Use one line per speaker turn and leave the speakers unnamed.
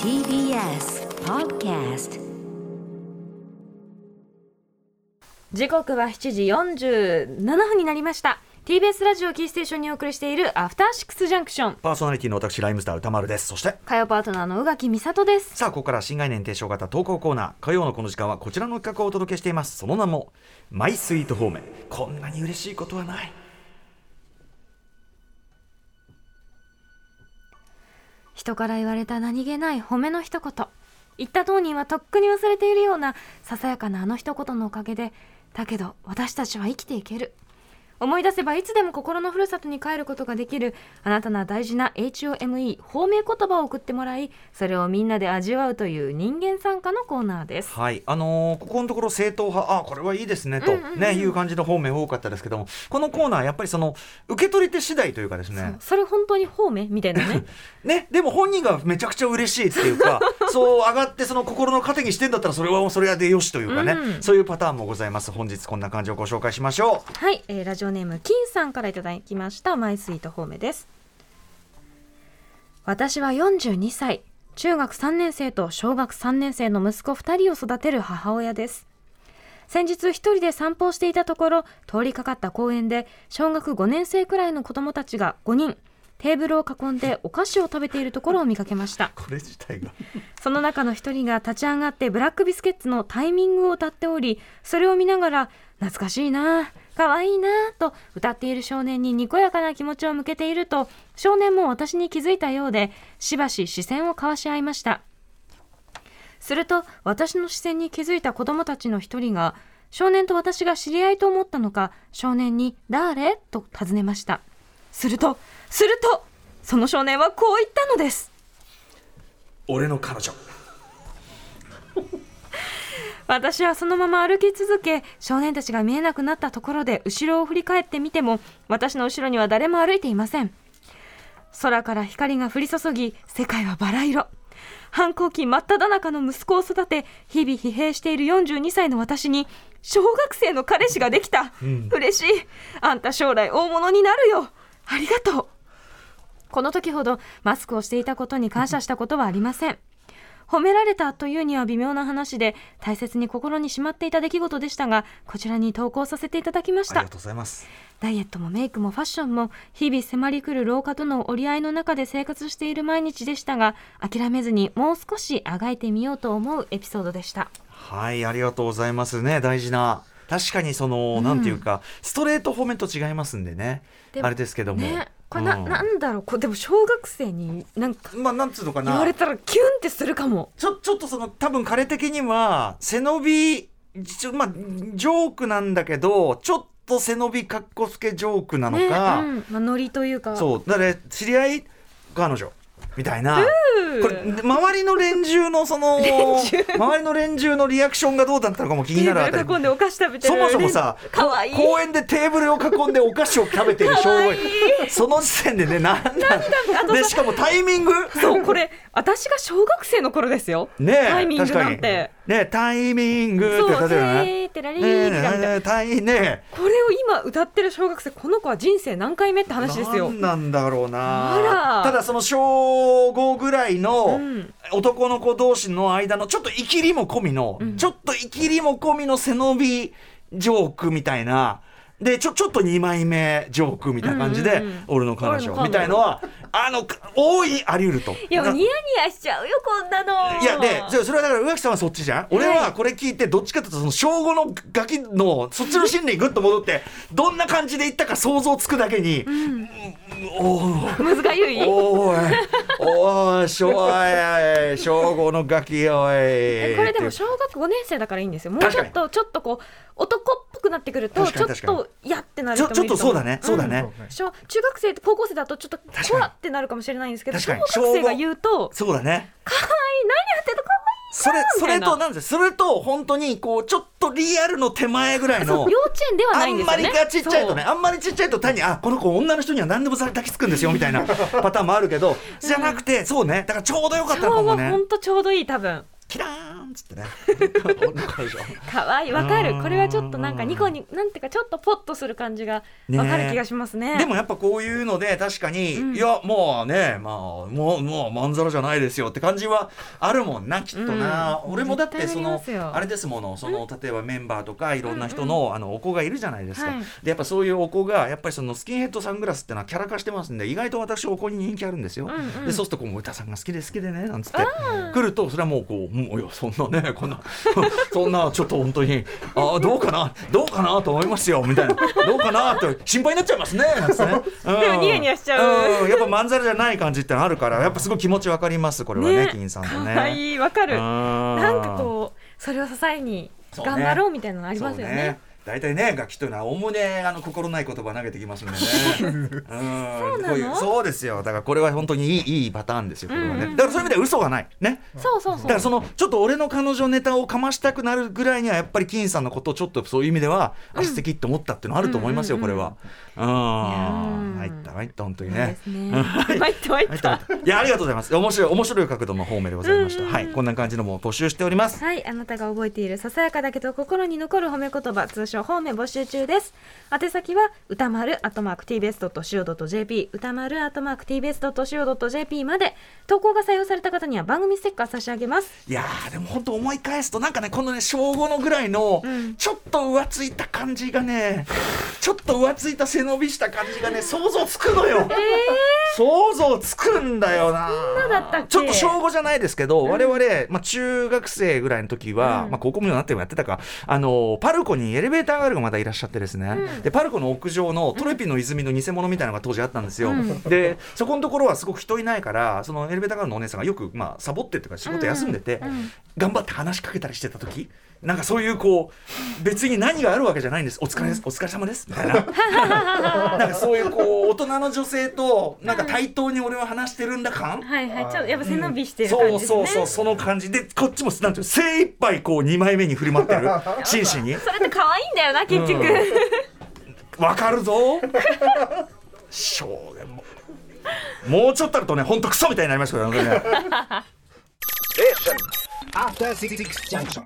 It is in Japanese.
TBS Podcast
時刻は7時47分になりました TBS ラジオキーステーションにお送りしているアフターシックスジャンクション
パーソナリティの私ライムスター歌丸ですそして
火曜パートナーの宇垣美里です
さあここから新概念提唱型投稿コーナー火曜のこの時間はこちらの企画をお届けしていますその名もマイスイート方面こんなに嬉しいことはない
人から言われた何気ない褒めの一言言った当人はとっくに忘れているようなささやかなあの一言のおかげでだけど私たちは生きていける思い出せばいつでも心のふるさとに帰ることができるあなたの大事な HOME 褒め言葉を送ってもらいそれをみんなで味わうという人間参加のコーナーです
はいあのーここのところ正統派あこれはいいですねと、ねいう感じの方面多かったですけどもこのコーナーやっぱりその受け取り手次第というかですね
それ本当に褒めみたいなね
ねでも本人がめちゃくちゃ嬉しいっていう かそう上がってその心の糧にしてんだったらそれはもうそれはでよしというかね、
うん
そういうパターンもございます本日こんな感じをご紹介しましょう
はい、えーラジオネーム金さんからいただきましたマイスイート方面です私は42歳中学3年生と小学3年生の息子2人を育てる母親です先日一人で散歩をしていたところ通りかかった公園で小学5年生くらいの子供たちが5人テーブルを囲んでお菓子を食べているところを見かけました
これ自体が
その中の一人が立ち上がってブラックビスケッツのタイミングを歌っており、それを見ながら、懐かしいなあ、可愛いなあと歌っている少年ににこやかな気持ちを向けていると、少年も私に気づいたようで、しばし視線を交わし合いました。すると、私の視線に気づいた子供たちの一人が、少年と私が知り合いと思ったのか、少年に、誰と尋ねました。すると、すると、その少年はこう言ったのです。
俺の彼女
私はそのまま歩き続け少年たちが見えなくなったところで後ろを振り返ってみても私の後ろには誰も歩いていません空から光が降り注ぎ世界はバラ色反抗期真っ只中の息子を育て日々疲弊している42歳の私に小学生の彼氏ができた、嬉しいあんた将来大物になるよありがとうこの時ほどマスクをしていたことに感謝したことはありません褒められたというには微妙な話で大切に心にしまっていた出来事でしたがこちらに投稿させていただきまし
ありが
た
とうございます
ダイエットもメイクもファッションも日々迫り来る老化との折り合いの中で生活している毎日でしたが諦めずにもう少しあがいてみようと思うエピソードでした
はい、ありがとうございますね、大事な。確かにその、なんていうか、ストレート方面と違いますんでね。
でも
あれですけども。
ねこれな,、
うん
ん、なんだろうこれでも小学生になんか
まあ、なんつうのか
言わ
な
れ。たらキュンってするかも
ちょ、ちょっとその、多分彼的には、背伸び、ちょまあ、ジョークなんだけど、ちょっと背伸びかっこつけジョークなの
ねうん
か、
まあ、ノリというか
そう、だから、知り合い、彼女。みたいな、
うん
これ周りの連中のその周りの連中のリアクションがどうだったのかも気
テ
になるあ
ー
た
ブル
り
囲んでお菓子食べてる
そもそもさ
かわいい
公園でテーブルを囲んでお菓子を食べてる小
かわ
5
い
その時点でねなんなん
あと
で
さ
しかもタイミング
そうこれ私が小学生の頃ですよ
ねえ
タイミングなんて
確かにねタイミングって
そう
例えばね
てーてらりー
ねえ
みたいな
ねえタイね
これを今歌ってる小学生この子は人生何回目って話ですよ
何なんだろう
あ
な
ら
ただその小5ぐらいの
うん
男の子同士の間のちょっとイキりも込みの、
ん
ちょっとイキりも込みの背伸びジョークみたいなでちょちょっと2枚目ジョークみたいな感じ
う
で、
んうんうん
俺の彼
俺の彼
女
女
みたいのはあのく大いにあり得ると。
いやもう
な
ニヤニヤしちゃうよこんなの
いやでそそれはだから宇垣さんはそっちじゃん俺はこれ聞いてどっちかというとその小5のガキのそっちの心理にぐっと戻ってどんな感じでいったか想像つくだけに、おー
むずがゆい
おーい、おーい、しょおい、小五のガキおい。こ
えこれでも小学5年生だからいいんですよもうち
確
ょ
かに
っとちょっとこう男っぽくなってくると
確
ち
か
ょ
に
っとやってなる
ちょ
人
ちょ
もい
っと
る
そう
思
だね、そうだね。
小中学生高校生だとちょっと
かに
こわってなるかもしれないんですけど
確
小
かに
学生が言うと
そうだね。
かわいい何やってるのかわいい
それ、
みた
そ
い
れ
な
と、なんですそれと、本当に、こう、ちょっとリアルの手前ぐらい
そ
の
う幼。稚園ではな
あ
いん
ん
です
ま
よね
りがちっちゃいとね、あんまりちっちゃいと単に、あ、この子女の人には何でも抱きつくんですよ、みたいな パターンもあるけど、じゃなくて、そうね、だからちょうどよかった
そう
のかも
は
ね
ほ。んとちょうどいい多分
キラーンっつって ね なんかいいでしょ
かわいいわかるこれはちょっとなんかニコになんていうかちょっとポッとする感じが
ね
わかる気がしますね
でもやっぱこういうので確かに、いやもうね、まあ、もうもうまんざらじゃないですよって感じはあるもんなきっとな、
うん
俺もだって
絶
そ
対ありま
の
すよ
あれですものその、例えばメンバーとかいろんな人の,、あのお子がいるじゃないですか、
はい
でやっぱそういうお子がやっぱりそのスキンヘッドサングラスってのはキャラ化してますんで意外と私お子に人気あるんですよ、
うんうん
でそうするとこう「もう歌さんが好きで好きでね」なんつって来るとそれはもうこう「もういやそんなねこんな そんなちょっと本当にああどうかなどうかなと思いますよ」みたいな「どうかな」と心配になっちゃいますねなんつってね、う ん
でもニヤニヤしちゃうん
やっぱまんざらじゃない感じってのあるからやっぱすごい気持ちわかりますこれはね金さんとね。
かわいいわかるな
なん
かこうそれを支えに
そうね
頑張ろうみたいなのあります
そう
よね。
大体ね楽器というのはおおむねあの心ない言葉投げてきますんで ね。うん
の
こういうそうですよだからこれは本当にいいいいパターンですよこれは
うんうん
ね。
うん
だからそういう意味では嘘がないね。
そうそうそ
だ
う
からそのちょっと俺の彼女ネタをかましたくなるぐらいにはやっぱり金さんのことをちょっとそういう意味ではあ素敵って思ったっていうのはあると思いますよ、
うん
これは。うん
いや
入
ー
った入った本当
い
に
い
ね
で。すね。 参った参
入
っ
った
た。
入ったいやありがとうございます面白い面白い角度の方面でございました、
うんうん
はいこんな感じのも募集しております
はい、あなたが覚えているささやかだけど心に残る褒め言葉、通称褒め募集中です。宛先は歌丸アットマーク tbs.co.jp、歌丸アットマーク tbs.co.jp まで投稿が採用された方には番組ステッカー差し上げます。
いやーでも本当思い返すとなんかねこのね小5のぐらいの
うん
ちょっと浮ついた感じがね、ちょっと浮ついた背伸びした感じがね想像つくのよ、想像つくんだよな
そんなだったっけ
ちょっと小5じゃないですけど、我々、まあ、中学生ぐらいの時は、
うん
まあ、高校もなってもやってたかあのパルコにエレベーターガールがまだいらっしゃってですね、
ん
でパルコの屋上のトレピの泉の偽物みたいなのが当時あったんですよ、
うん
でそこのところはすごく人いないからそのエレベーターガールのお姉さんがよく、まあ、サボってっていうか仕事休んでて、
うんうん
頑張って話しかけたりしてた時なんかそういうこう別に何があるわけじゃないんですお疲れです、お疲れ様ですみた いななんかそういうこう大人の女性となんか対等に俺は話してるんだ感、
はいはい、ちょっとやっぱ背伸びしてる感じ
そ
で
う
すね。
そうそうその感じでこっちもなんていうの精一杯こう2枚目に振り回っ てる真摯に
それって可愛いんだよな結局、
わかる ぞ小でももうちょっとあるとねほんとクソみたいになりましたからね
After Six Junction.